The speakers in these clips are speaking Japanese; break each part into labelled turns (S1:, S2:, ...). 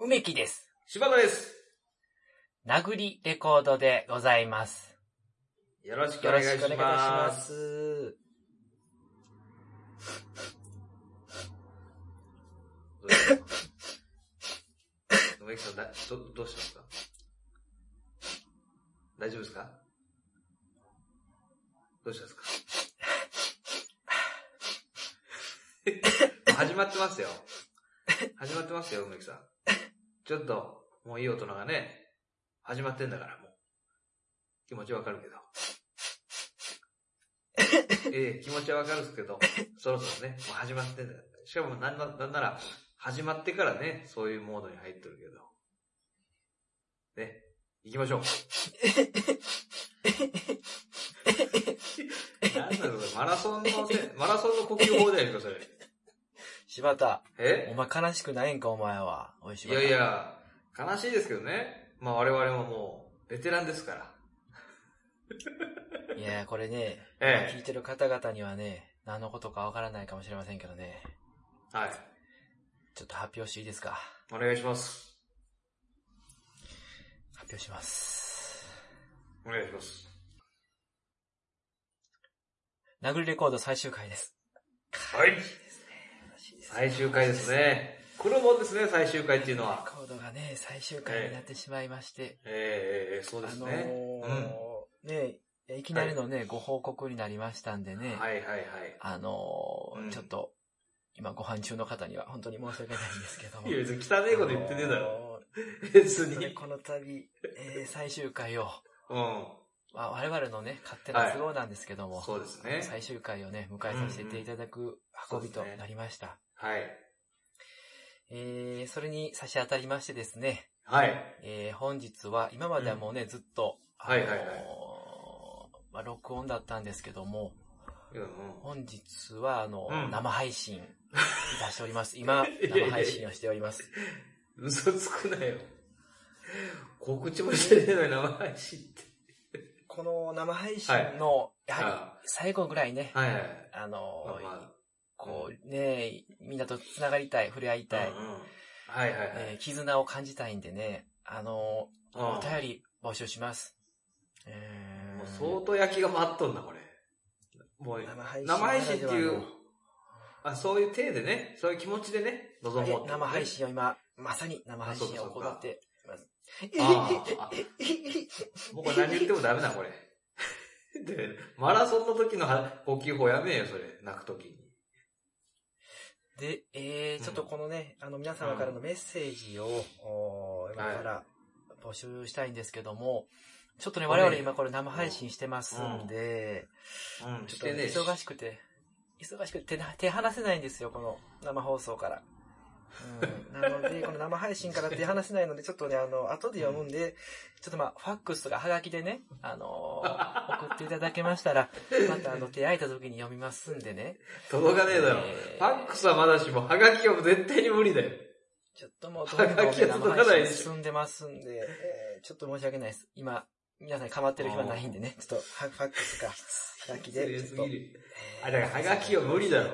S1: 梅木です。
S2: 柴田です。
S1: 殴りレコードでございます。
S2: よろしくお
S1: よ
S2: 願
S1: ろ
S2: い
S1: し
S2: し
S1: くお願いし
S2: ま。
S1: ますす。
S2: 野木さん、だど、どうしたんですか大丈夫ですかどうしたんですか始まってますよ。始まってますよ、梅木さん。ちょっと、もういい大人がね、始まってんだから、もう。気持ちわかるけど。ええ気持ちはわかるんですけど、そろそろね、もう始まってんだ。しかもなんな、なんなら、始まってからね、そういうモードに入ってるけど。ね、行きましょう。なんだろう、マラソンのせ、マラソンの呼吸法だよ、今それ。
S1: 柴田、お
S2: え
S1: 前悲しくないんか、お前は。おいし
S2: いやい。や、悲しいですけどね。まあ我々ももう、ベテランですから。
S1: いや、これね、聞
S2: え
S1: いてる方々にはね、何のことかわからないかもしれませんけどね。
S2: え。はい。
S1: ちょっと発表していいですか
S2: お願いします。
S1: 発表します。
S2: お願いします。
S1: 殴りレコード最終回です。
S2: はい。最終回ですね。これもですね、最終回っていうの
S1: レ
S2: は。
S1: コードがね、最終回になってしまいまして、
S2: ええええええ、そうで
S1: あ
S2: す
S1: の
S2: ね。
S1: ーねいやいきなりのね、ご報告になりましたんでね、
S2: はいはいはい。
S1: あのー
S2: うん
S1: ちょっと、今ご飯中の方には本当に申し訳ないんですけども。
S2: いや、別に汚いこと言ってねえだ
S1: あ
S2: ろ。
S1: の
S2: 別
S1: ー。
S2: に。
S1: それ
S2: う
S1: この度、えー最終回を、
S2: ん。
S1: まあ、我々のね、勝手な都合なんですけども、
S2: そうですね。
S1: 最終回をね、迎えさせていただく運びとなりました。
S2: はい。
S1: えー、それに差し当たりましてですね、
S2: はい。
S1: えー本日は、今まではもうね、ずっと、あの
S2: はい
S1: ー
S2: はいはい
S1: まあ、録音だったんですけども、
S2: うんうん
S1: 本日は、あの、
S2: うん
S1: 生配信いたしており ます。今、
S2: やいや
S1: 生配信をしております。
S2: 嘘つくなよ。告知もしてねえのに生配信って。
S1: この生配信の、やは
S2: は
S1: り、最後ぐらいね
S2: い。、はいはい。
S1: あ
S2: ま
S1: の
S2: あ
S1: ー、
S2: ま
S1: こうね、みんなと繋がりたい、触れ合い
S2: あ。
S1: たい、
S2: うんうんはいはいはい
S1: えー絆を感じたいんでね、あのー、お
S2: う
S1: 便り募集します。えー
S2: ん。もう相当焼きが待っとんな、これ。もう、
S1: 生配信
S2: 生配信ってい
S1: ならで
S2: う
S1: はの、
S2: あ、そういう体でね、そういう気持ちでね、臨もうってことね
S1: 生配。信を今、まさに生配信を行っています。
S2: あああ、もうこれ何言ってもダメな、これ。で、マラソンの時のは呼吸法やめえよ、それ。泣く時に。
S1: で、え
S2: う
S1: ー、
S2: ん
S1: ちょっとこのね、あの皆様からのメッセージを、おー今から募集したいんですけども、ちょっとね、
S2: ご
S1: 我
S2: めん
S1: 々今これ生配信してますんで、
S2: うん、
S1: ちょ
S2: し
S1: っとね
S2: てねえし。
S1: 忙しくて、忙しくて手な手離せないんですよ、この生放送から。うん、なの で、この生配信から手離せないので、ちょっとね、あの、後で読むんで、ちょっとまあ、ファックスとかハガキでね、あ のー送っていただけましたら、またあの、手空いた時に読みますんでね。
S2: 届かねえだろ。
S1: えー
S2: ファックスはまだしも、ハガキはもう絶対に無理だよ。
S1: ちょっともう、どんどんね
S2: ハガキは
S1: 生
S2: 届かない
S1: 配信
S2: です
S1: 進んでますんで、えーちょっと申し訳ないです。今、皆さんに構ってる暇ないんでね、ちょっとファ、ファックスか、ハガキで、
S2: 強
S1: ちょ
S2: す
S1: っと
S2: ぎ。る。あ、だからハガキは無理だろ。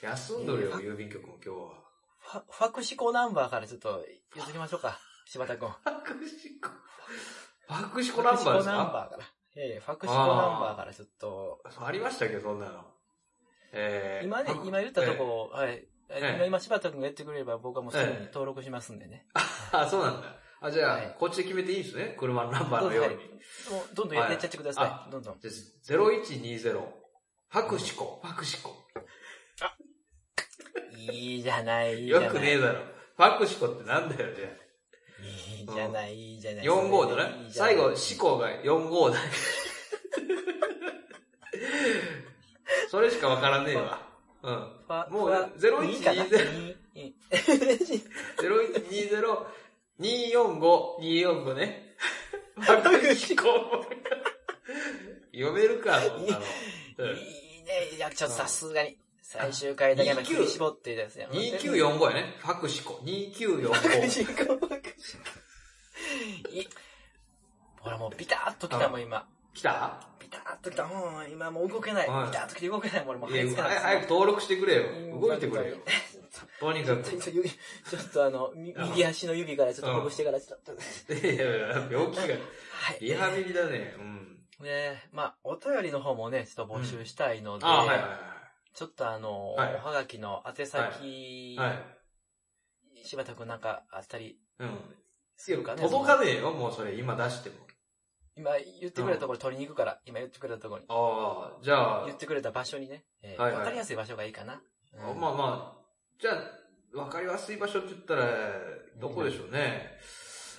S2: 休んどるよ、郵便局も今日は。
S1: ファファクシコナンバーからちょっと譲りましょうか。柴田君。フ
S2: ファクシコ。ファクシコナンバーです
S1: ナン
S2: か
S1: バーから。ええファクシコナンバーからちょっと。
S2: そうありましたっけ、そんなの。えー、
S1: 今ね
S2: ファ、ク
S1: 今言ったとこ、はい。
S2: え
S1: 今、今柴田君がやってくれれば僕はもうすぐに
S2: ええ
S1: 登録しますんでね。
S2: あ、そうなんだ。あ、じゃあ、
S1: はい
S2: こっちで決めていいんですね。車のナンバーのように。
S1: もうどんどんや
S2: はい
S1: やっちゃってくださ
S2: あ
S1: い。どんどん。
S2: じゃあ、0120。白紙子、白紙子。
S1: いいじゃない、いいじゃ
S2: よ
S1: ない。
S2: くねえだろ。白紙子ってなんだよ、じゃあ。
S1: いいじゃない、いいじゃない。
S2: 4号
S1: そ
S2: だ
S1: れで
S2: ね
S1: い。いじゃない
S2: 最後、思考が4号だ。 それしかわからねえわ。うん。
S1: ファ
S2: もう
S1: ファ
S2: 0120
S1: いいかなにいい
S2: 0120、245、245ね。白紙子。読めるか、そんなの。うん
S1: いいね。いや、ちょっとさすがに、最終回だけの振り絞ってですね。
S2: 2945やね。ファクシコ。2945。
S1: 人工爆いほらもうビターっときたもん今。
S2: 来た
S1: ビターっときた。もうん今もう動けない。ビ
S2: はい
S1: ターっときて動けないもん俺もう
S2: いや
S1: つかない
S2: 早く登録してくれよ。動いてくれよ。とにかく。
S1: ちょっと指、ちょっとあの、み右足の指からちょっと拳してからちょっと。
S2: いやいや、病気が、
S1: はい。
S2: リハビリだね。うん。
S1: ねえ、まあ、お便りの方もね、ちょっと募集したいので、
S2: あ、はいはい
S1: ちょっとあの、
S2: はい
S1: おはがきの宛先、
S2: はい。はい。
S1: 柴田くんなんかあったり
S2: うん。
S1: するかね。
S2: 届かねえよ、もうそれ、今出しても。
S1: 今言ってくれたところ取りに行くから、今言ってくれたところに。
S2: ああ、じゃあ
S1: 言っ、てくれた場所にね、えー
S2: はいはい
S1: わかりやすい場所がいいかな。うん
S2: まあまあ、じゃあ、わかりやすい場所って言ったら、どこでしょうね。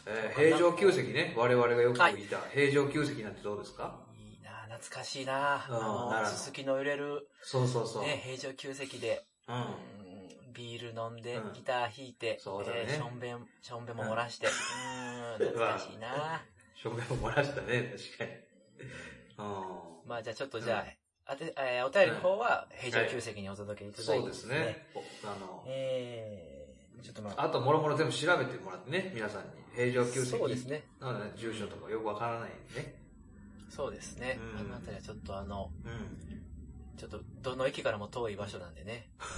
S2: えー平常球席ね。我々がよく聞いた、平常球席なんてどうですか
S1: いいなあ懐かしいなあ
S2: うんな
S1: あ
S2: る
S1: の、
S2: ほど
S1: すすきの揺れる、
S2: そうそうそう。
S1: ね、平常旧席で、
S2: うん。
S1: うんビール飲んで、
S2: うん
S1: ギター弾いて、
S2: そうだね
S1: えーしょんべん、しょんべんも漏ら して、うーん、懐かしいなあ
S2: 証明を漏らしたね、確かに。うん。
S1: まあじゃあちょっとじゃあ、あてえーお便りの方は平常旧席にお届けいただい
S2: そ
S1: て、
S2: うですね。おあの、
S1: えー、ちょっとまあ、
S2: あと、もろもろ全部調べてもらってね、皆さんに。平常球席。
S1: そうですね。
S2: なので、住所とかよくわからないんでね。
S1: そうですね。
S2: うん
S1: あの辺りはちょっとあの、
S2: うん。
S1: ちょっとどの駅からも遠い場所なんで ね。はい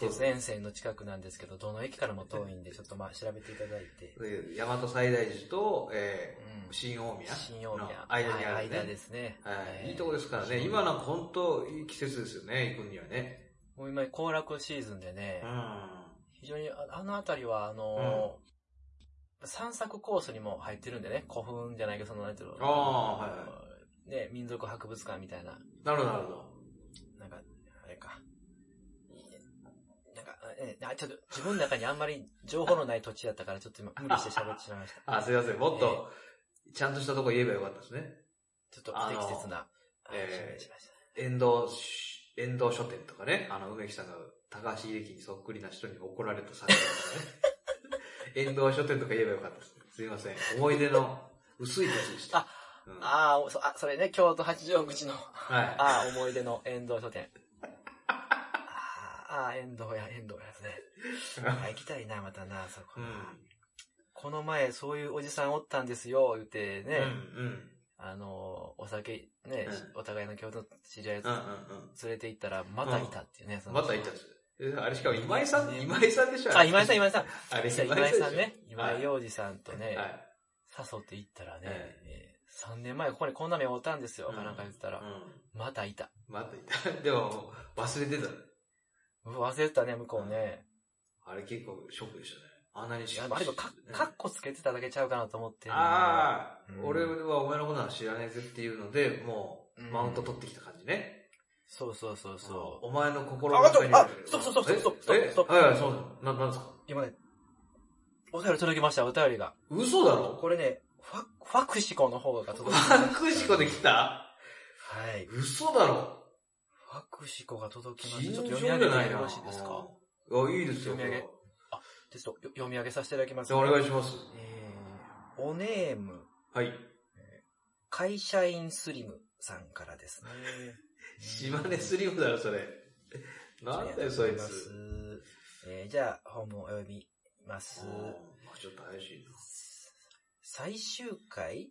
S1: 近鉄沿線の近くなんですけど、どの駅からも遠いんで、ちょっとまあ調べていただいて。
S2: で大和西大寺と、え
S1: う
S2: ー
S1: ん
S2: 新大宮。
S1: 新大宮。
S2: の間にあ
S1: は
S2: る、
S1: い
S2: ね。
S1: 間ですね。
S2: はい、
S1: えー
S2: いいとこですからね。今の本当、いい季節ですよね、行くにはね。
S1: もう今、行楽シーズンでね
S2: う、ん。
S1: 非常にああの辺りは、あのー散策コースにも入ってるんでね、古墳じゃないけど、その、なんていうの、
S2: ああはい
S1: ね、民族博物館みたいな、
S2: なるほど、なるほど。
S1: なんか、あれか。いいねなんか、えあちょっと自分の中にあんまり情報のない土地だったから、ちょっと今無理して喋ってしまい ました。
S2: あ、すいません。もっと、ちゃんとしたとこ言えばよかったですね。
S1: ちょっと不適切な、
S2: あの
S1: あ
S2: えー
S1: 失礼しました。
S2: 遠藤し、遠藤書店とかね。あの、梅木さんが高橋秀樹にそっくりな人に怒られた作品とかね。遠藤書店とか言えばよかったですね。すいません。思い出の薄い土地でした。
S1: あ
S2: うん、
S1: あーそあ、それね、京都八丈口の、
S2: は
S1: ああ、思い出の遠藤書 店。あーあー、遠藤や、遠藤やですね。あ行きたいな、またな、そこ。
S2: い。うん。
S1: この前、そういうおじさんおったんですよ、言ってね、
S2: うん、うん。
S1: あの、お酒、ね、
S2: う
S1: お互いの共同知り合い
S2: うん、うん、
S1: 連れて行ったら、またいたっていうね、
S2: う
S1: そ
S2: ん。
S1: の
S2: また行ったんです。えあれしかも今井さん、今井さんでしょ
S1: あ、今井さん、今
S2: 今
S1: 井さん。
S2: あれ
S1: いや
S2: 井
S1: 今井
S2: でしょ
S1: さんね、今
S2: はい
S1: 井洋二さんとね、
S2: はい。
S1: 誘って行ったらね、
S2: え
S1: えー3年前ここにこんな目おったんですよ、
S2: うん
S1: なんか言ってたら、
S2: う
S1: またいた。
S2: ん。またいた。 でも、忘れてた。
S1: うわ忘れてたね、向こうね。
S2: あれ結構ショックでしたね。あんなにし
S1: いやあれもか、かっこつけてただけちゃうかなと思って。
S2: ああ、
S1: うん
S2: 俺はお前のことは知らねえぜっていうので、もう、
S1: うん
S2: マウント取ってきた感じね。
S1: そうそうそうそう。
S2: お前の心の中に
S1: あ
S2: あ
S1: あ
S2: る。
S1: そうそうそうそうそうそう
S2: ええ
S1: そう
S2: はいはい、そうだ。な、なんですか
S1: 今ね、お便り届きました、お便りが。
S2: 嘘だろ
S1: これね、ファ、ファクシコの方が
S2: フ
S1: 届きました。
S2: ァクシコで来た
S1: はい。
S2: 嘘だろ
S1: ファクシコが届きました。
S2: 尋
S1: ちょ
S2: 常
S1: っと
S2: じ
S1: 読み上
S2: ゃ
S1: げ
S2: な
S1: て
S2: い
S1: よ
S2: な。
S1: ろしいですか
S2: うんいや、いいですよ。
S1: 読み上げ
S2: こ
S1: ちょっとよ読み上げさせていただきま
S2: れ
S1: す。
S2: はじゃあお願いします。
S1: えー、おネーム、
S2: はい。
S1: 会社員スリムさんからですね。
S2: 島根スリムだろ、それ。なんだよ、そいつ。。
S1: えー、じゃあ、本文を読みます
S2: うん。まあちょっと怪しい
S1: 最終回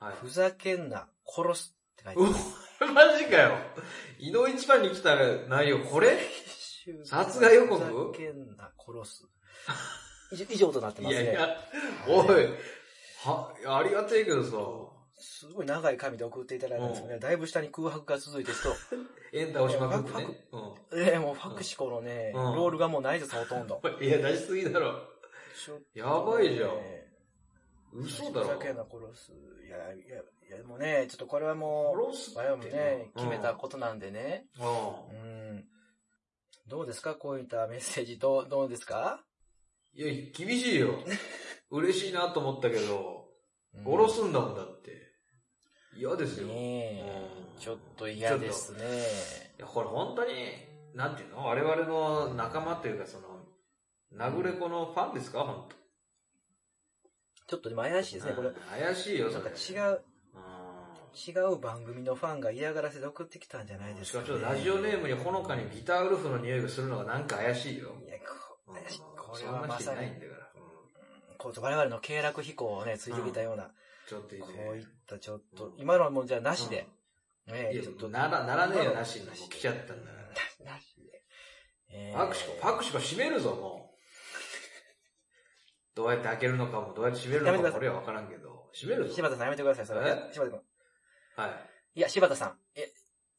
S2: な。はい。
S1: ふざけんな、殺すって書いて
S2: う
S1: あ
S2: わ
S1: る。
S2: マジかよ。井の一番に来た内容、これ殺害予告
S1: ふざけんな、殺す。以上以上となって
S2: い
S1: ますね。
S2: やいや、おい
S1: はい、
S2: は、いやありがてえけどさ、
S1: すごい長い紙で送っていただいたんですけどね、だいぶ下に空白が続いてちょっ
S2: エンタ押しまくって
S1: いや
S2: ね。う
S1: と、えーもうファクシコのね、
S2: うん
S1: ロールがもうないです、ほとんど。
S2: ん。いや、出しすぎだろ。やばいじゃん
S1: ね
S2: 嘘だろ。
S1: ふざけんな、殺す。いや、いや、いや、もうね、ちょっとこれはもう、
S2: 殺す
S1: 我々もね、
S2: うん
S1: 決めたことなんでね。
S2: うん。
S1: うん。どうですかこういったメッセージ、どう、どうですか
S2: いや、厳し いよ。嬉しいなと思ったけど、
S1: うん
S2: 殺すんだもんだって。嫌ですよ。い
S1: ねえ
S2: うん
S1: ちょっと嫌ですね。
S2: や、これ本当に、なんていうの我々の仲間というか、その、殴れ子のファンですか本当。
S1: ちょっとでも怪しいですね、これ。
S2: うん怪しいよ、
S1: な
S2: そ
S1: ん
S2: れ。
S1: か
S2: う
S1: 違う、
S2: ん。
S1: 違う番組のファンが嫌がらせで送ってきたんじゃないで
S2: し
S1: す
S2: か
S1: か、
S2: も
S1: ね。
S2: ちょっとラジオネームにほのかにギターウルフの匂いがするのがなんか怪しいよ。
S1: いや、こ怪しいこれ
S2: そん
S1: は
S2: な
S1: ま
S2: 人
S1: さ
S2: いない
S1: に
S2: ん、だから。うん
S1: こう我々の経絡飛行をね、ついてきたような、
S2: ちょっといいね
S1: こ。ういったちょっと
S2: う、ん
S1: 今のはもうじゃあなしで、
S2: い
S1: ね
S2: や
S1: ちょっと
S2: なら、ならねえよなしにもう来ちゃったんだから。
S1: ななしで。え
S2: パクシコ、パクシコ閉めるぞ、もう。 どうやって開けるのかも、どうやって閉めるの
S1: やめ
S2: か
S1: てくだ
S2: も、
S1: さい
S2: 俺は分からんけど、閉めるぞ。
S1: 柴田さんやめてください、それは。いや
S2: え
S1: 柴田君。
S2: はい。
S1: いや、柴田さん。え、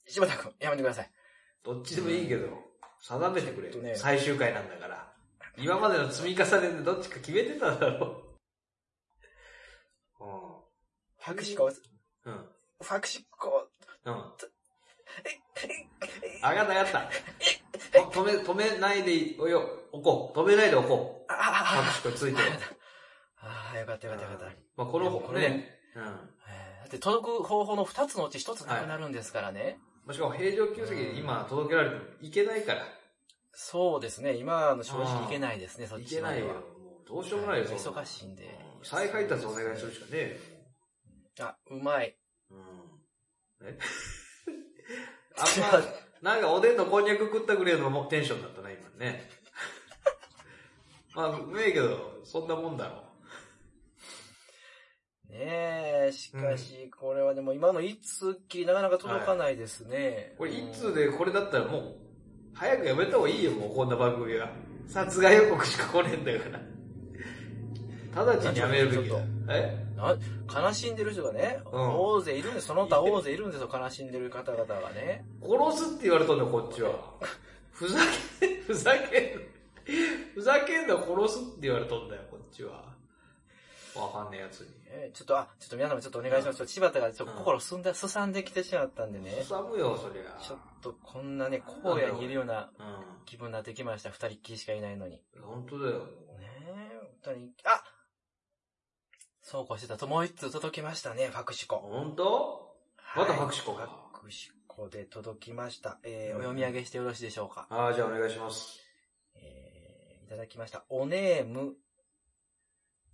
S1: 柴田君、やめてください。
S2: どっちでもいいけど、定めてく
S1: ちょっと
S2: れ、
S1: ね
S2: 最終回なんだから。今までの積み重ねでどっちか決めてただろう。
S1: パクシコ、
S2: うん。うん。
S1: パクシコ、
S2: うん。上がった上がった。お止め、止めないでおよ、おこう。止めないでおこう。
S1: あ
S2: パク
S1: あ
S2: シコについて。
S1: あ、ああ、よかったよかったよかった。
S2: まあ、この
S1: いやもうこれ
S2: ね、うん。
S1: えーだって届く方法の2つのうち1つなくなるんですからね。
S2: もしかも平常級席で今届けられてもいけないから。
S1: そうですね、今あの正直いけないですね、そっ
S2: い
S1: ち
S2: け
S1: の
S2: ないよ。
S1: は。
S2: もうどうしようもないよ、
S1: はい
S2: そんなの
S1: 忙しいんで
S2: う再配達お願いするしかねえ
S1: あ、うまい。
S2: よ。うん。え あんま、なんかおでんのこんにゃく食ったぐらいのもテンションだったな、今 ね。まあ、うめえけど、そんなもんだろ
S1: ねえ、しかし、これはでも今の一通きりなかなか届かないですね
S2: う。。これ、一通でこれだったらもう、早くやめた方がいいよ、もうこんな番組は。殺害予告しか来ねえんだから。直ちにやめるべき
S1: ち
S2: だ
S1: ょっ。
S2: え
S1: な悲しんでる人がね、
S2: うん
S1: 大勢いるんです、その他大勢いるんですよ、悲しんでる方々がね。
S2: 殺すって言われたんだよ、こっちは。ふざけ、 ふざけん、ふざけんな殺すって言われたんだよ、こっちは。わかんねえやつに。
S1: えーちょっと、あ、ちょっと皆様ちょっとお願いします。ちょっと柴田がちょっと心すんだ、すさんできてしまったんでね。
S2: すさむよ、そり
S1: ちょっ
S2: ゃ。
S1: とこんなね、荒野にいるような
S2: う
S1: 気分になってきました、二人っきりしかいないのに。
S2: ん。本当だよ。
S1: ねえ、本当に、あそうこうしてたともう一通届きましたね、ファクシコ。
S2: 本当またファクシコ
S1: はいファクシコで届きました。えー、お読み上げしてよろしいでしょうか。
S2: ああ、じゃあお願いします。
S1: えー、いただきました。おネーム。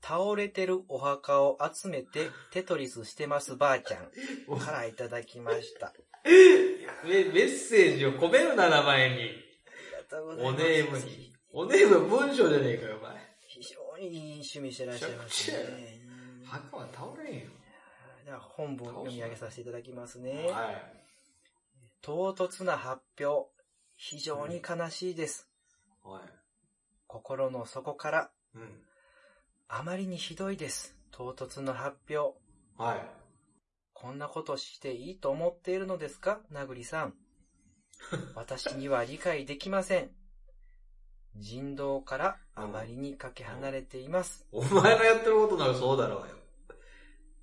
S1: 倒れてるお墓を集めてテトリスしてますばあちゃんからいただきました。あ
S2: めメッセージを込めるな、名前に。
S1: りがとうござい
S2: お
S1: ます。
S2: ネームに。おネームは文章じゃねえかよ、お前。
S1: 非常にいい趣味してらっしゃいます
S2: めちゃく
S1: ね。
S2: 墓は倒れんよ。
S1: では本文読み上げさせていただきますね。
S2: はい。
S1: 唐突な発表。非常に悲しいです。
S2: はい。
S1: 心の底から、
S2: うん。
S1: あまりにひどいです。唐突の発表。
S2: はい。
S1: こんなことしていいと思っているのですかなぐりさん。私には理解できません。人道からあまりにかけ離れています。
S2: お前のやってることならそうだろうよ。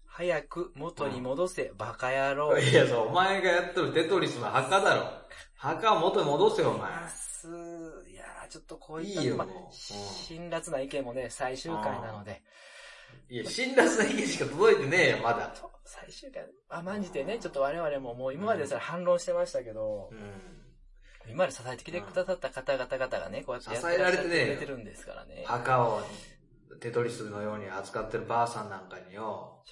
S1: 早く元に戻せ、バカ野郎。
S2: いや、そう、お前がやっとるテトリスの墓だろ。墓は元に戻せよ、お前。
S1: ますいやーちょっとこういった
S2: いいよ
S1: まあ
S2: もううん
S1: 辛辣な意見もね、最終回なので、
S2: いや、辛辣な意見しか届いてねえよ、まだ。
S1: そう最終回、甘んじてね、ちょっと我々ももう今までですら反論してましたけど
S2: う、ん。
S1: 今まで支えてきてくださった方々々がね、こうやってやって
S2: 支えられてね
S1: くれてるんですからね。
S2: 墓をテトリスのように扱ってるばあさんなんかによ。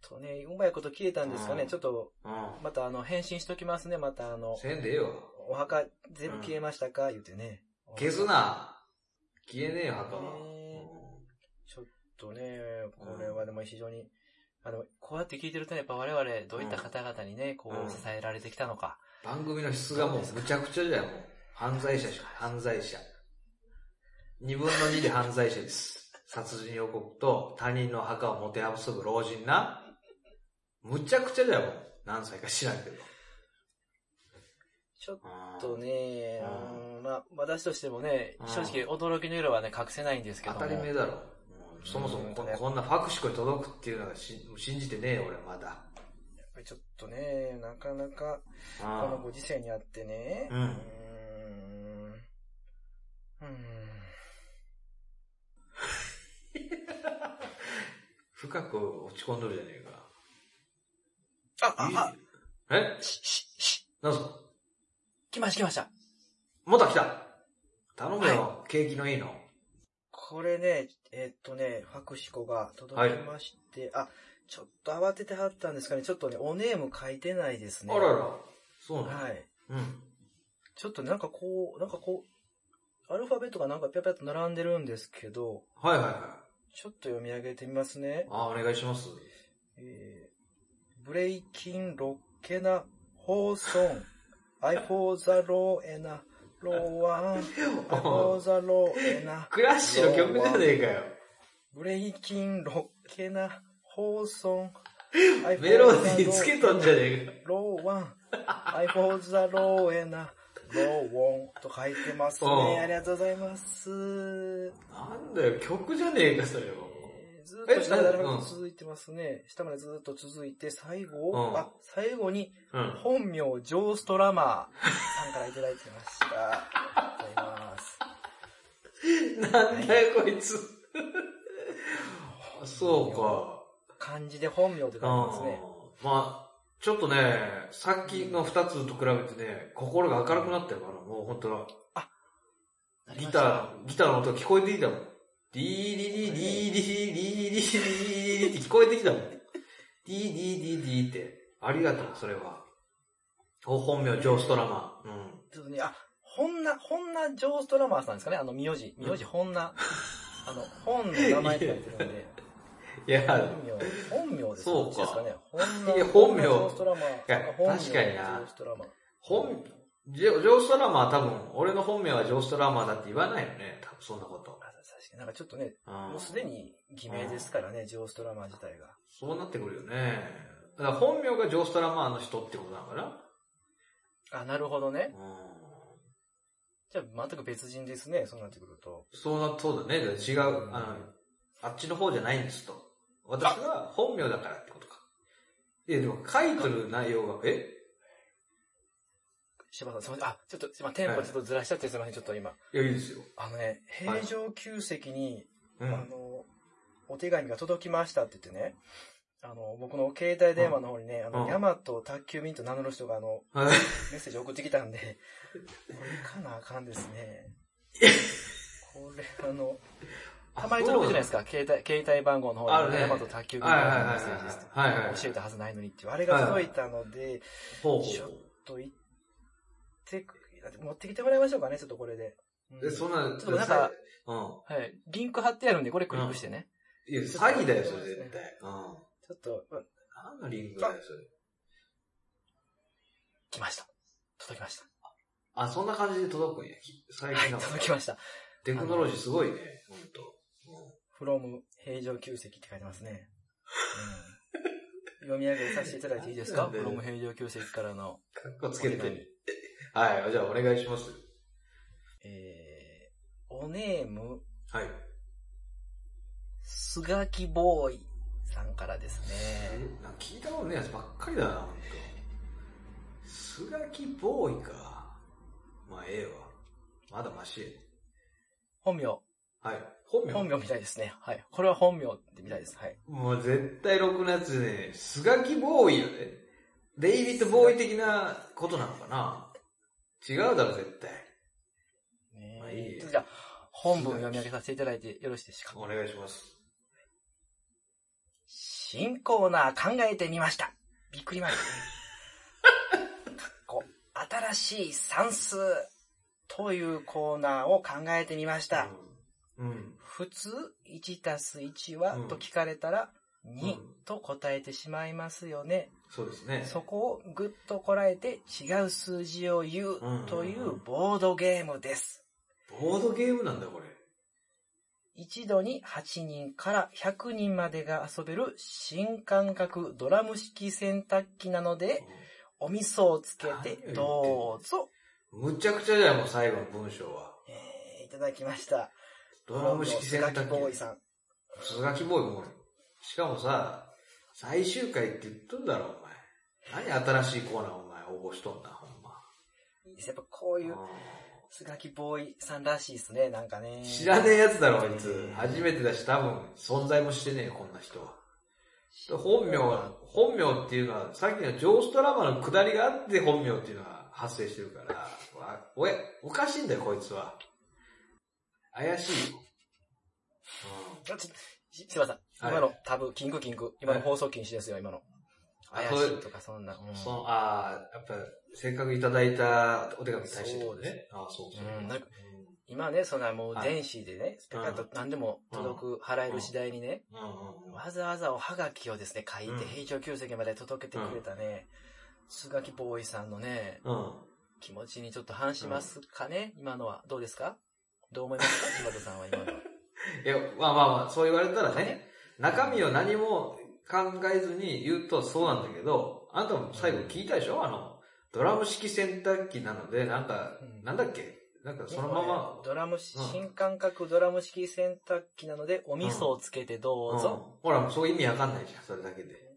S1: とね、うまいこと消えたんですかね、
S2: うん
S1: ちょっと、
S2: うん。
S1: またあの、返信しときますね、またあの、
S2: せんでええよ。
S1: お墓全部消えましたか、言うてね。
S2: 消すな。消えねえよ、墓は。
S1: ねちょっとね、これはでも非常に、あの、こうやって聞いてるとね、やっぱ我々、どういった方々にね、こ
S2: うん
S1: う、支えられてきたのか。
S2: 番組の質がもうむちゃくちゃじゃん、もう。犯罪者しか、犯罪者。二分の二で犯罪者です。殺人予告と他人の墓をもてあそぶ老人な。むちゃくちゃじゃん、もう。何歳か知らんけど。
S1: ちょっ
S2: あ
S1: とね、
S2: うん
S1: うんまあ、私としてもね
S2: う、ん
S1: 正直驚きの色はね、隠せないんですけ
S2: 当
S1: ども。
S2: たり前だろ。そもそもこ,、
S1: うん
S2: んなファクシコに届くっていうのがし信じてねえよ、俺まだ。
S1: やっぱりちょっとね、なかなか、こ
S2: あ
S1: のご時世にあってね、
S2: うん
S1: うーん。うーん
S2: 深く落ち込んどるじゃね
S1: あ、あ、
S2: えか。え
S1: あ、し、し、し、
S2: なんすか
S1: 来ました来ました。
S2: また来た頼むよ、景気のいいの。
S1: これね、えっとね、ファクシコが届きまして、あ、ちょっと慌ててはったんですかね、ちょっとね、おネーム書いてないですね。
S2: あらら。そうなの、
S1: はい。
S2: うん。
S1: ちょっとなんかこう、なんかこう、アルファベットがなんかぴゃぴゃっと並んでるんですけど、
S2: はいはいはい。
S1: ちょっと読み上げてみますね。
S2: あ、お願いします。
S1: えーブレイキンロッケな、ホーソン、アイフォーザローエナ、ロワン、アゴザロエナ、
S2: クラッシュの曲じゃねえかよ。
S1: ブレイキンロケナ、ホーソン、
S2: メロディーつけとんじゃねえか。
S1: ローワン、アイフォーザローエナ、ローウォンと書いてます
S2: うん
S1: ね。ありがとうございます。
S2: なんだよ、曲じゃねえか、それは。
S1: えーずっと下ま
S2: え
S1: で
S2: うん
S1: 続いてますね。下までずっと続いて、最
S2: うん
S1: 後、あ、最後に、
S2: うん。
S1: 本名、ジョーストラマーさんからいただいてました。ありがとうございます。
S2: なんだよ、こいつ。 そうか。
S1: 漢字で本名って書いてますね。
S2: うんまあ、ちょっとね、さっきの二つと比べてね、心が明るくなったよ、あの、もう本当は。ギター、ギターの音聞こえてきたもん。リーリリリリリリリリリリって聞こえてきたもん。リーリーリーリーって。ありがとう、それは。お本名、ジョーストラマー。うん。
S1: ちょっとね、あ、本な、本なジョーストラマーさんですかねあの、名字。名字、本 な。あの、本の名前って書いてるんで。
S2: いや、い
S1: 本名、本名です
S2: そ
S1: ど
S2: うか
S1: っちですかね。本名
S2: いや本名
S1: ジョーストラマー。
S2: いや
S1: 本名
S2: 確かにな
S1: ジョーストラマー。
S2: 本、ジョジョーストラマーは多分、俺の本名はジョーストラマーだって言わないよね。多分そんなこと
S1: あ。確かになんかちょっとね、
S2: うん
S1: もうすでに偽名ですからね、ジョーストラマー自体が。
S2: そうなってくるよね。だから本名がジョーストラマーの人ってことなのかな
S1: あ、なるほどね。
S2: うん。
S1: じゃあ、全く別人ですね、そうなってくると。
S2: そうな、そうだね。だから違う、あの、あっちの方じゃないんですと。私が本名だからってことか。いや、でも書いてる内容が、え
S1: 柴田さん、すいません。あ、ちょっと、すいません、テンポちょっとずらしちゃって、すいません、ちょっと今。
S2: いや、いいですよ。
S1: あのね、
S2: は
S1: 平
S2: い
S1: 城宮跡に、
S2: う
S1: あ
S2: ん。
S1: の、お手紙が届きましたって言ってね、あの、僕の携帯電話の方にね、あ
S2: うん
S1: の、ヤマト宅急便と名乗る人があの、
S2: はい
S1: メッセージ送ってきたんで、これ行かなあかんです ね。これ、あの、たまに届くじゃないですか、携帯、携帯番号の
S2: あ
S1: 方
S2: る
S1: に、
S2: ね
S1: ヤマト宅急便
S2: はい
S1: の
S2: はいはい
S1: メッセージですって。
S2: はい。はいはい。
S1: 教えたはずないのにっていう、あれが届いたので、
S2: ほう
S1: ちょっ
S2: ほ
S1: と行ってく、持ってきてもらいましょうかね、ちょっとこれで。うん
S2: う。え、そんな、
S1: ちょっとなんか、
S2: うん。
S1: はい。リンク貼ってあるんで、これクリックしてね。
S2: いや、詐欺だよ、それ絶対。うん。
S1: ちょっと、うん
S2: 何のリンクだよ、それ。
S1: 来ました。届きました。
S2: あ、そんな感じで届くんや。き最
S1: は
S2: 近
S1: い、
S2: の。
S1: 届きました。
S2: テクノロジーすごいね、ほんと。
S1: from 平城宮跡って書いてますね。うん、読み上げさせていただいていいですか
S2: なんで
S1: ?from 平城宮跡からの、
S2: かっこつけ
S1: お願い
S2: て。はい、じゃあお願いします。
S1: えー、おネーム、
S2: はい。
S1: すがきボーイさんからです
S2: え
S1: ね。
S2: なんか聞いたことないやつばっかりだな、ほんと。スガキボーイか。まあ、ええわ。まだマシ
S1: 本名、
S2: や。はい。本名
S1: 本名みたいですね。はい。これは本名みたいです。はい。
S2: もう絶対ろくなやつね、スガキボーイやで。デイビッド・ボーイ的なことなのかな違うだろ、絶対。
S1: ね
S2: まあいい
S1: じゃあ、本文読み上げさせていただいてよろしいですか
S2: お願いします。
S1: 新コーナー考えてみました。びっくりマーク。 かっこ新しい算数というコーナーを考えてみました。
S2: うん。うん。
S1: 普通、1たす1は、
S2: うん
S1: と聞かれたら、2
S2: うん
S1: と答えてしまいますよね。
S2: そうですね。
S1: そこをぐっとこらえて違う数字を言う
S2: うん
S1: というボードゲームです。
S2: ボードゲームなんだ、これ。
S1: 一度に8人から100人までが遊べる新感覚ドラム式洗濯機なので、お味噌をつけて、どうぞ、
S2: むちゃくちゃじゃん、もう最後の文章は。
S1: えーいただきました。
S2: ドラム式洗
S1: スガキボー
S2: 濯
S1: イ
S2: 機。
S1: さん。
S2: スガキボーイも。しかもさ、最終回って言っとるだろ、お前。何新しいコーナーお前応募しとんな、ほんま。
S1: いいですやっぱこういう、スガキボーイさんらしいですね、なんかね。
S2: 知らねえやつだろ、あいつ
S1: う。ん
S2: 初めてだし、多分、存在もしてねえよ、こんな人は。本名は、本名っていうのは、さっきのジョーストラマの下りがあって本名っていうのは発生してるから、わおや、おかしいんだよ、こいつは。怪しいよ。
S1: あちょしすいません。
S2: はい
S1: 今のタブ、キングキング。今の
S2: はい
S1: 放送禁止ですよ、今の。
S2: あ
S1: 怪し
S2: そう
S1: いとかそんな。う
S2: うんん。その、ああ、やっぱ、せっかくいただいたお手紙に対してってこ
S1: そう
S2: とね。ああ、そうそう。
S1: うんなんか今ね、そんなもう電子でね、ペカッと何でも届く、払える次第にね、
S2: うんうんうん
S1: わざわざおはがきをですね、書い
S2: うん
S1: て、平常旧跡まで届けてくれたね、スガキボーイさんのね、
S2: うん。
S1: 気持ちにちょっと反しますかね、今のは。どうですかどう思います か柴田さんは今のは。
S2: いや、まあまあまあ、そう言われたらね、中身を何も考えずに言うとそうなんだけど、あなたも最後聞いたでしょあの、ドラム式洗濯機なので、なんか、
S1: うん
S2: なんだっけなんかそのまま、
S1: ドラムし、新感覚ドラム式洗濯機なので、お味噌をつけてどうぞ。
S2: うんほら、もうそういう意味わかんないじゃん、それだけで。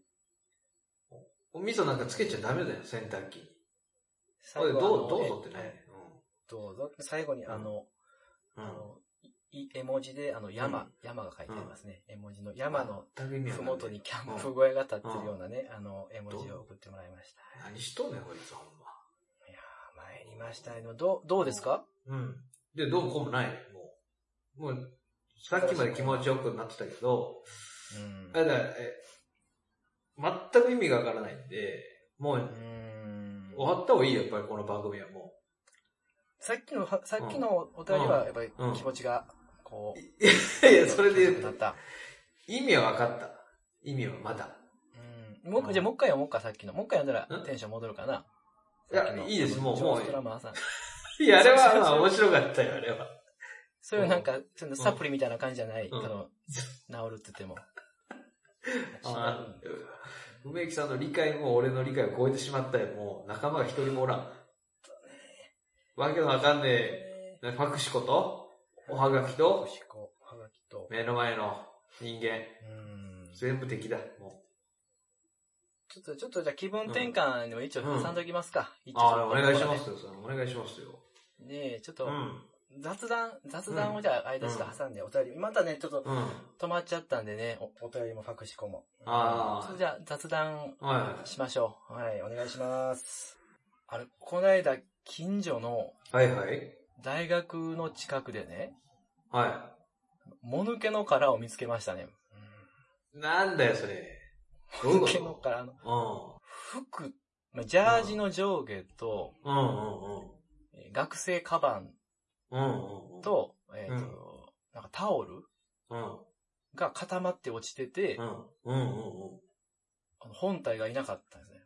S2: お味噌なんかつけちゃダメだよ、洗濯機に。これ
S1: は
S2: どう、
S1: あ
S2: ど
S1: の
S2: うぞって
S1: え
S2: ね。
S1: どうぞ。最後に、あの、
S2: うん。う
S1: あ
S2: ん。
S1: の、い絵文字で、あの、山、山が書いてありますね。絵文字の山の
S2: 全く意味わ
S1: ふ
S2: かんない
S1: もとにキャンプ小屋が立ってるようなね、あの、絵文字を送ってもらいました。
S2: 何しとんねん、こいつ、ほんま。
S1: いやー、参りましたよ。どう、どうですか
S2: うん。で、どうこうもない。もう、もう、さっきまで気持ちよくなってたけど、
S1: うん。
S2: あだから、え、全く意味がわからないんで、も
S1: う
S2: う、
S1: ん
S2: 終わった方がいいよ、やっぱりこの番組はも
S1: さっきのは、さっきのお便りは、やっぱり
S2: うん
S1: 気持ちが、こ
S2: う。
S1: う。
S2: いや、それで言う
S1: なっ
S2: と、
S1: た。
S2: 意味は分かった。意味はまだ。
S1: うん。もう一回、じゃあもう一回読もうか、さっきの。もう一回読んだら
S2: ん
S1: テンション戻るかな。
S2: いや
S1: さっきの
S2: いいですもう
S1: ジョ
S2: もう
S1: ーストラマーさん。
S2: いや、あれは、まあ、面白かったよ、あれは。
S1: そういうなんか、そのサプリみたいな感じじゃない。
S2: うん
S1: あの、治るって言っても。
S2: あー梅木さんの理解も俺の理解を超えてしまったよ、もう。仲間が一人もおらん。わけのわかんねえ、ファクシコと、おはがき
S1: お
S2: と、
S1: しこおはがきと。
S2: 目の前の人間、
S1: うん。
S2: 全部敵だ、も
S1: ちょっと、ちょっとじゃあ気分転換にも一応
S2: うん
S1: 挟んでおきますか。一
S2: う。
S1: 応
S2: ああ、お願いしますよ、それお願いしますよ。
S1: ねえ、ちょっ
S2: う
S1: と、
S2: ん。
S1: 雑談、雑談をじゃあ間ちょっと挟んで、お便り。またね、ちょっと
S2: うん。はい
S1: 止まっちゃったんでね、おお便りもファクシコも。
S2: あー
S1: それじゃあ雑談
S2: は
S1: しましょう。はい、お願いします。あれ、この間、近所の
S2: い。はいはい。
S1: 大学の近くでね、
S2: はい。
S1: もぬけの殻を見つけましたね。
S2: なんだよ、それ。どう
S1: も
S2: いう
S1: ぬけ
S2: こ
S1: の
S2: と
S1: 殻の
S2: う
S1: 服、まあジャージの上下と、
S2: ん。うんうんうん。
S1: えー学生カバン
S2: うんうんうん。、
S1: と、えっ、と、なんかタオル
S2: うん。
S1: が固まって落ちてて、
S2: うん。うんうんうん。
S1: あの本体がいなかったんですね。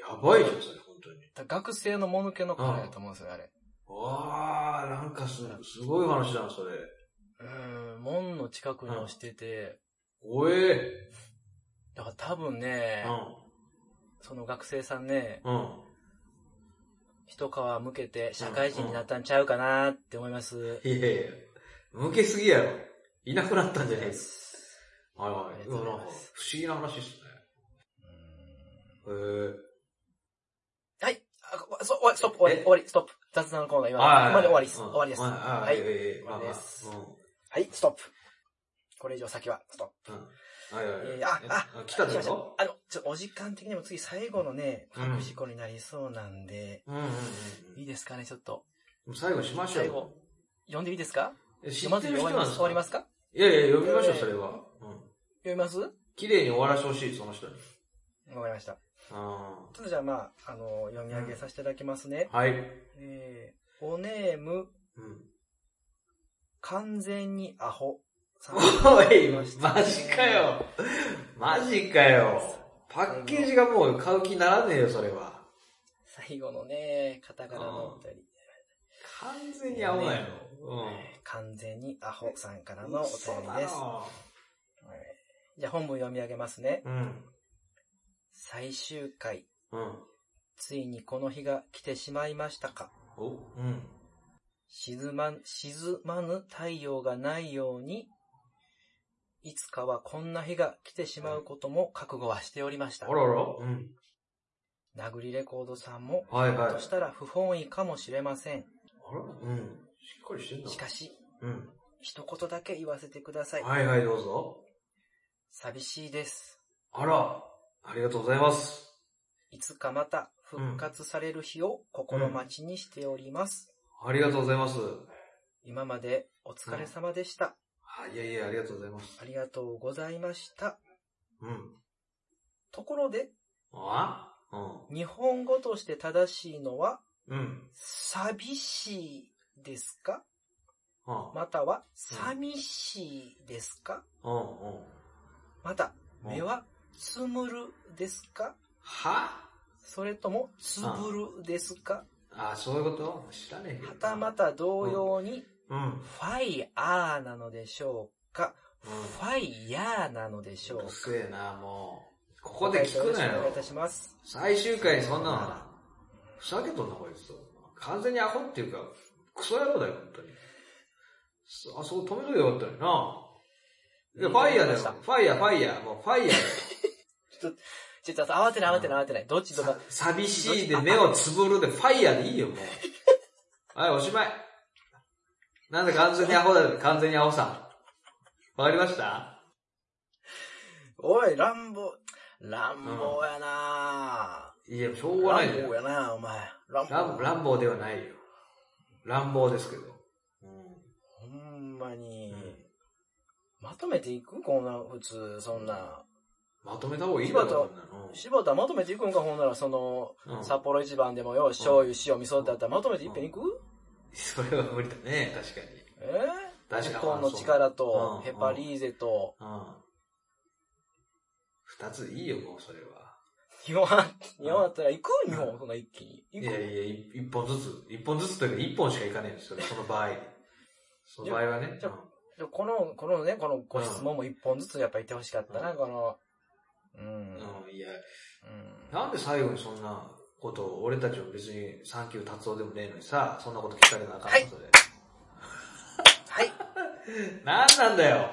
S2: やばいじゃん、それ、本当に。
S1: だから学生のもぬけの殻だと思うんですよね、あれ。
S2: わあ、なんかす、すごい話だな、それ。
S1: うーん、門の近くに落ちてて、
S2: おえ。
S1: だから多分
S2: う
S1: ね、
S2: ん。
S1: その学生さんね、
S2: うん。
S1: 一皮向けて社会人になったんちゃうかなって思います。
S2: いやいや向けすぎやろ。いなくなったんじゃねえか。は
S1: あ
S2: いはい。
S1: り
S2: う
S1: がと
S2: わ
S1: うござ
S2: な
S1: ま
S2: いんか、不思
S1: す
S2: 議な話ですね。
S1: うーん
S2: へえ。
S1: はい。あこそう、終わり、ストップ、終わり、
S2: え
S1: 終わり、ストップ。雑談のコーナー、今、
S2: はい
S1: ここまで終わりです。
S2: うん
S1: 終わりです。
S2: はい
S1: は
S2: はい。
S1: い。
S2: ええ
S1: 終
S2: まあ
S1: わ
S2: ま
S1: り
S2: あ
S1: ですはい、ストップ。これ以上先は、ストップ。
S2: うん。はいはい
S1: え
S2: は
S1: ー
S2: い。
S1: あ
S2: え
S1: あ
S2: 来た
S1: 来ま
S2: で
S1: し
S2: したょ
S1: あの、ちょっとお時間的にも次最後のね、
S2: うん
S1: 隠し子になりそうなんで、
S2: うんうんうん
S1: いいですかね、ちょっと。
S2: うん。最後しましょう
S1: 最
S2: よ
S1: 後。読んでいいですか
S2: え知
S1: ま
S2: っ
S1: ず
S2: てる
S1: 終
S2: 人
S1: わり
S2: なん
S1: ま
S2: ですすか
S1: 終わりますか
S2: いやいや、読みましょう、それは。うん。
S1: 読みますわ
S2: 綺麗に終わらしてほしい、その人に。
S1: かりました。
S2: うん。は
S1: ちょっとじゃあまあ、あの、読み上げさせていただきますね。
S2: い。
S1: えー、おネーム、
S2: うん。
S1: 完全にアホさん。
S2: おい、マジかよ。マジかよ。パッケージがもう買う気ならねえよ、それは。
S1: 最後のね、カタカナのお便り。
S2: 完全に合わないの。
S1: 完全にアホさんか
S2: う
S1: ら
S2: ん。
S1: のお便
S2: 嘘
S1: り
S2: だ
S1: です。
S2: ろ
S1: はいじゃあ本文読み上げますね。
S2: うん。
S1: 最終回、
S2: うん。
S1: ついにこの日が来てしまいましたか。
S2: お、うん。
S1: 沈まん、沈まぬ太陽がないように、いつかはこんな日が来てしまうことも覚悟はしておりまし
S2: あ
S1: た。
S2: らら。うん。
S1: 殴りレコードさんも、
S2: はいはい。あ
S1: と
S2: ら
S1: したら不本意かもしれません。
S2: うん。しっかりしてんだ。
S1: しかし、
S2: うん。
S1: 一言だけ言わせてください。
S2: はいはい、どうぞ。
S1: 寂しいです。
S2: あら、ありがとうございます。
S1: いつかまた復活される日を心待ちにしております。
S2: ありがとうございます。
S1: 今までお疲れ様でした。
S2: あいやいや、ありがとうございます。
S1: ありがとうございました。
S2: うん。
S1: ところで、
S2: あう
S1: 日本語として正しいのは、
S2: ん。うん。
S1: 寂しいですか
S2: あ
S1: または、寂しいですか
S2: うんうん。
S1: また、
S2: うん
S1: 目はつむるですか
S2: は
S1: それともつぶるですか
S2: ああ、そういうこと知らねえけど。
S1: はたまた同様に、
S2: うん。うん。
S1: ファイアーなのでしょうかファイヤーなのでしょ
S2: う
S1: う
S2: る
S1: か
S2: せえな、もう。ここで聞く
S1: お
S2: な
S1: 願い
S2: よ
S1: い。たします。
S2: 最終回そんなのな。ふざけとんな、こいつと。完全にアホっていうか、クソ野郎だよ、本当に。そあそこ止めとけばよかったよな。いや、ファイヤーだよ。ファイヤー、ファイヤー。もうファイヤーだよ。
S1: ちょっと慌てない慌てない慌てない。どっちとか。
S2: 寂しいで目をつぶるで、ファイヤーでいいよ、もう。はい、おしまい。なんで完全にアホだよ、完全にアホさん。わかりました
S1: おい、乱暴。乱暴やない
S2: や、し
S1: ぁ。
S2: ょうがない
S1: 乱
S2: よ
S1: 暴。やなぁ、お前。乱
S2: 乱
S1: 暴。
S2: 乱暴ではないよ。乱暴ですけど。
S1: ほんま
S2: う
S1: に。
S2: ん
S1: まとめていくこんな、普通、そんな。
S2: まとめた方がいいだろ、こんなの。
S1: 柴田まとめていくんか、ほんなら、その、
S2: うん
S1: 札幌一番でもよ、醤油、塩、味噌ってあったらまとめていっぺんいく、
S2: それは無理だね、確かに。
S1: ええ
S2: 確かに
S1: 日本の力と、
S2: うん
S1: ヘパリーゼと、
S2: うん。二ついいよ、もうそれは。
S1: 日本、日本あったら行く日本、そんな一気に。
S2: い
S1: 行
S2: や
S1: く
S2: いや、い一本ずつ。一本ずつというか、一本しかいかねえんですよ、その場合。その場合はね。
S1: じゃ
S2: うん
S1: でこの、このね、このご質問も一本ずつやっぱ言ってほしかったな、
S2: う
S1: この、うん。
S2: うん、いや、
S1: うん
S2: なんで最後にそんなことを、俺たちも別に産休達夫でもねえのにさ、そんなこと聞かれなあかんことで。
S1: はい。
S2: なんなんだよ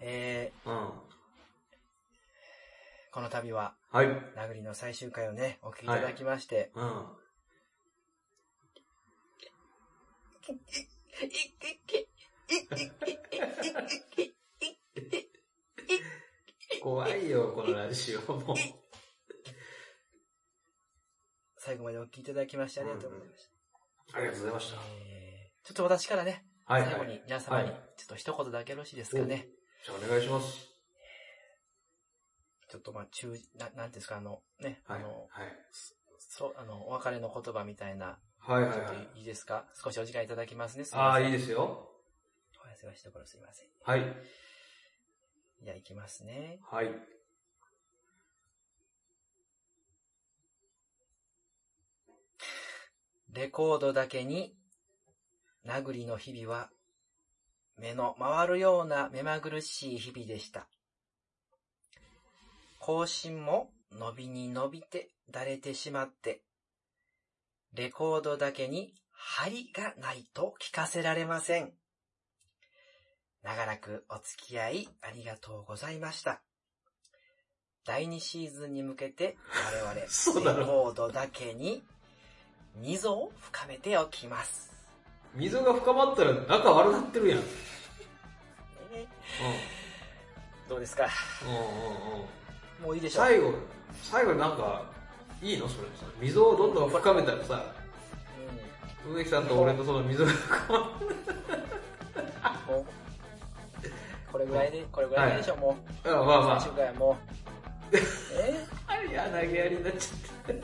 S1: え
S2: うん。
S1: ー、この度は、
S2: はい。うん。
S1: 殴りの最終回をね、お聞きいただきまして、いっけっけいっけっけいっけっけ
S2: 怖いよ、このラジオ。もう。
S1: 最後までお聞きいただきましてありがとうございました。
S2: ありがとうございました。
S1: えーちょっと私からね、
S2: はい、はい。
S1: 最後に皆様に
S2: はい
S1: ちょっと一言だけよろしいですかね。
S2: じゃあお願いします。
S1: ちょっとまあ中、ななんていうんですか、あの、ね、
S2: はい。
S1: あ
S2: はい
S1: の、そう、あの、お別れの言葉みたいな、
S2: はい
S1: ちょ
S2: は
S1: っと
S2: いはい。
S1: いいですか少しお時間いただきますね。すい
S2: あ
S1: ま
S2: あ、
S1: せん
S2: いいですよ。
S1: おやすみしてころすいません。
S2: はい。
S1: じゃあ行きますね。
S2: はい。
S1: レコードだけに、なぐりの日々は、目の回るような目まぐるしい日々でした。更新も伸びに伸びて、だれてしまって、レコードだけに針がないと聞かせられません。長らくお付き合いありがとうございました。第2シーズンに向けて、我
S2: そう
S1: 々、
S2: だろ
S1: レコードだけに、溝を深めておきます。
S2: 溝が深まったら仲悪なってるやん。うん。
S1: ねどうですか
S2: うんうんうん。
S1: もういいでしょう。
S2: 最後、最後なんか、いいのそれさ。溝をどんどん深めたらさ、
S1: う
S2: 梅木さんと俺のその溝が深まっ
S1: ん、もうこれぐらいで、これぐらいでいいでしょう、も
S2: たら、まあ
S1: う。
S2: ま
S1: 最終回はもう。え
S2: あ。いや、投げやりになっちゃ
S1: う
S2: っ
S1: ん、うん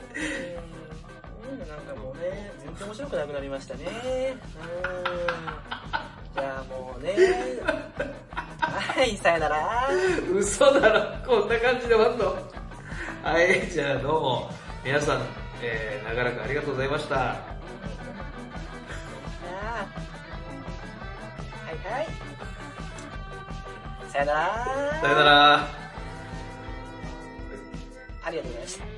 S1: なんかもうね、全然面白くなくなりましたね。うん。じゃあもうね。はい、さよなら。
S2: た。嘘だろ、こんな感じで終わんの。はい、じゃあどうも、皆さん、えー、長らくありがとうございました。
S1: あーはいはい。さよなら。
S2: さよなら。
S1: ありがとうございました。